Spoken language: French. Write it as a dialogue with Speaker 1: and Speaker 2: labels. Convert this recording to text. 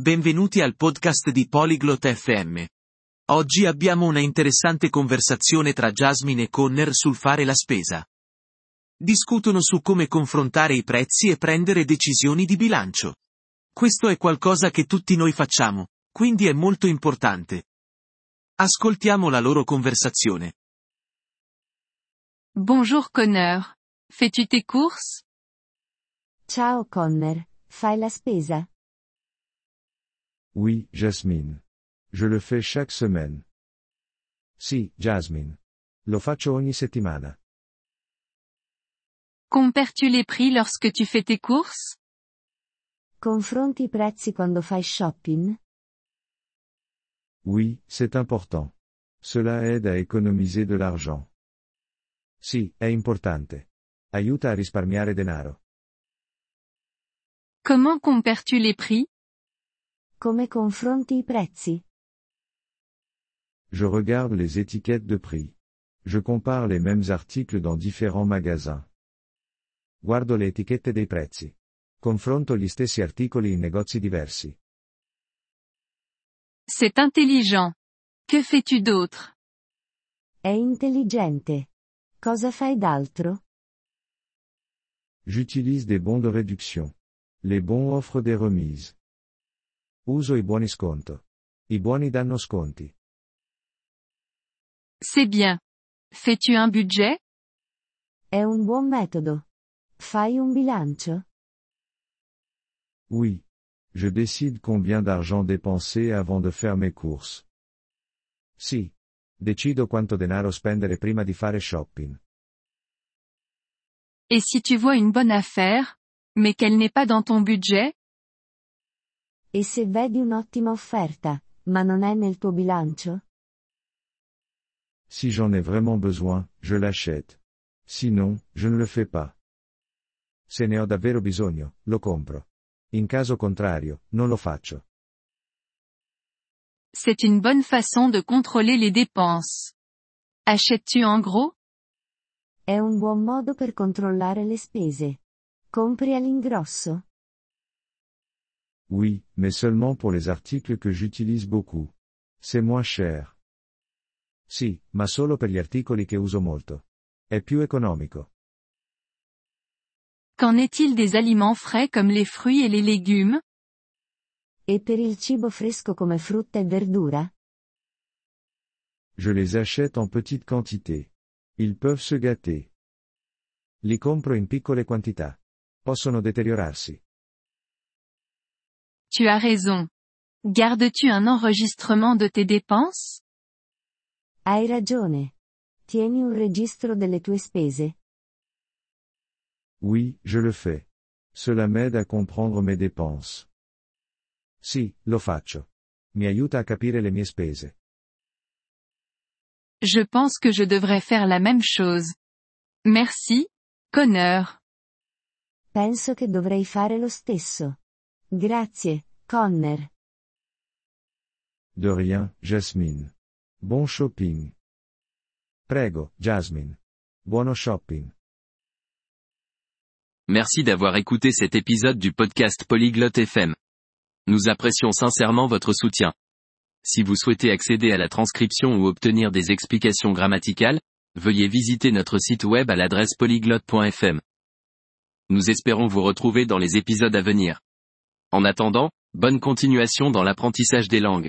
Speaker 1: Benvenuti al podcast di Polyglot FM. Oggi abbiamo una interessante conversazione tra Jasmine e Conner sul fare la spesa. Discutono su come confrontare i prezzi e prendere decisioni di bilancio. Questo è qualcosa che tutti noi facciamo, quindi è molto importante. Ascoltiamo la loro conversazione.
Speaker 2: Bonjour Connor. Fais-tu tes courses
Speaker 3: Ciao Connor, fai la spesa?
Speaker 4: Oui, Jasmine. Je le fais chaque semaine. Sì, Jasmine. Lo faccio ogni settimana.
Speaker 2: Compères-tu les prix lorsque tu fais tes courses
Speaker 3: Confronti i prezzi quando fai shopping?
Speaker 4: Oui, c'est important. Cela aide à économiser de l'argent. Sì, è importante. Aiuta a risparmiare denaro.
Speaker 2: Comment compères-tu les prix
Speaker 3: Come confronti i prezzi?
Speaker 4: Je regarde les étiquettes de prix. Je compare les mêmes articles dans différents magasins. Guardo le etichette dei prezzi. Confronto gli stessi articoli in negozi diversi.
Speaker 2: C'est intelligent. Que fais-tu d'autre
Speaker 3: È intelligente. Cosa fai d'altro?
Speaker 4: J'utilise des bons de réduction. Les bons offrent des remises. Uso i buoni sconto. I buoni danno sconti.
Speaker 2: C'est bien. Fais-tu un budget
Speaker 3: È un buon metodo. Fai un bilancio?
Speaker 4: Oui. Je décide combien d'argent dépenser avant de faire mes courses. Sì. Decido quanto denaro spendere prima di fare shopping.
Speaker 2: Et si tu vois une bonne affaire, mais qu'elle n'est pas dans ton budget
Speaker 3: E se vedi un'ottima offerta, ma non è nel tuo bilancio?
Speaker 4: Si j'en ai vraiment besoin, je l'achète. Sinon, je ne le fais pas. Se ne ho davvero bisogno, lo compro. In caso contrario, non lo faccio.
Speaker 2: C'est une bonne façon de contrôler les dépenses. Achètes-tu en gros
Speaker 3: È un buon modo per controllare le spese. Compri all'ingrosso?
Speaker 4: Oui, mais seulement pour les articles que j'utilise beaucoup. C'est moins cher. Sì, ma solo per gli articoli che uso molto. È più economico.
Speaker 2: Qu'en est-il des aliments frais comme les fruits et les légumes
Speaker 3: E per il cibo fresco come frutta e verdura?
Speaker 4: Je les achète en petite quantité. Ils peuvent se gâter. Li compro in piccole quantità. Possono deteriorarsi.
Speaker 2: Tu as raison. Gardes-tu un enregistrement de tes dépenses
Speaker 3: Hai ragione. Tieni un registro delle tue spese.
Speaker 4: Oui, je le fais. Cela m'aide à comprendre mes dépenses. Sì, lo faccio. Mi aiuta a capire le mie spese.
Speaker 2: Je pense que je devrais faire la même chose. Merci, Connor.
Speaker 3: Penso che dovrei fare lo stesso. Grazie, Connor.
Speaker 4: De rien, Jasmine. Bon shopping. Prego, Jasmine. Buono shopping.
Speaker 5: Merci d'avoir écouté cet épisode du podcast Polyglotte FM. Nous apprécions sincèrement votre soutien. Si vous souhaitez accéder à la transcription ou obtenir des explications grammaticales, veuillez visiter notre site web à l'adresse polyglotte.fm. Nous espérons vous retrouver dans les épisodes à venir. En attendant, bonne continuation dans l'apprentissage des langues.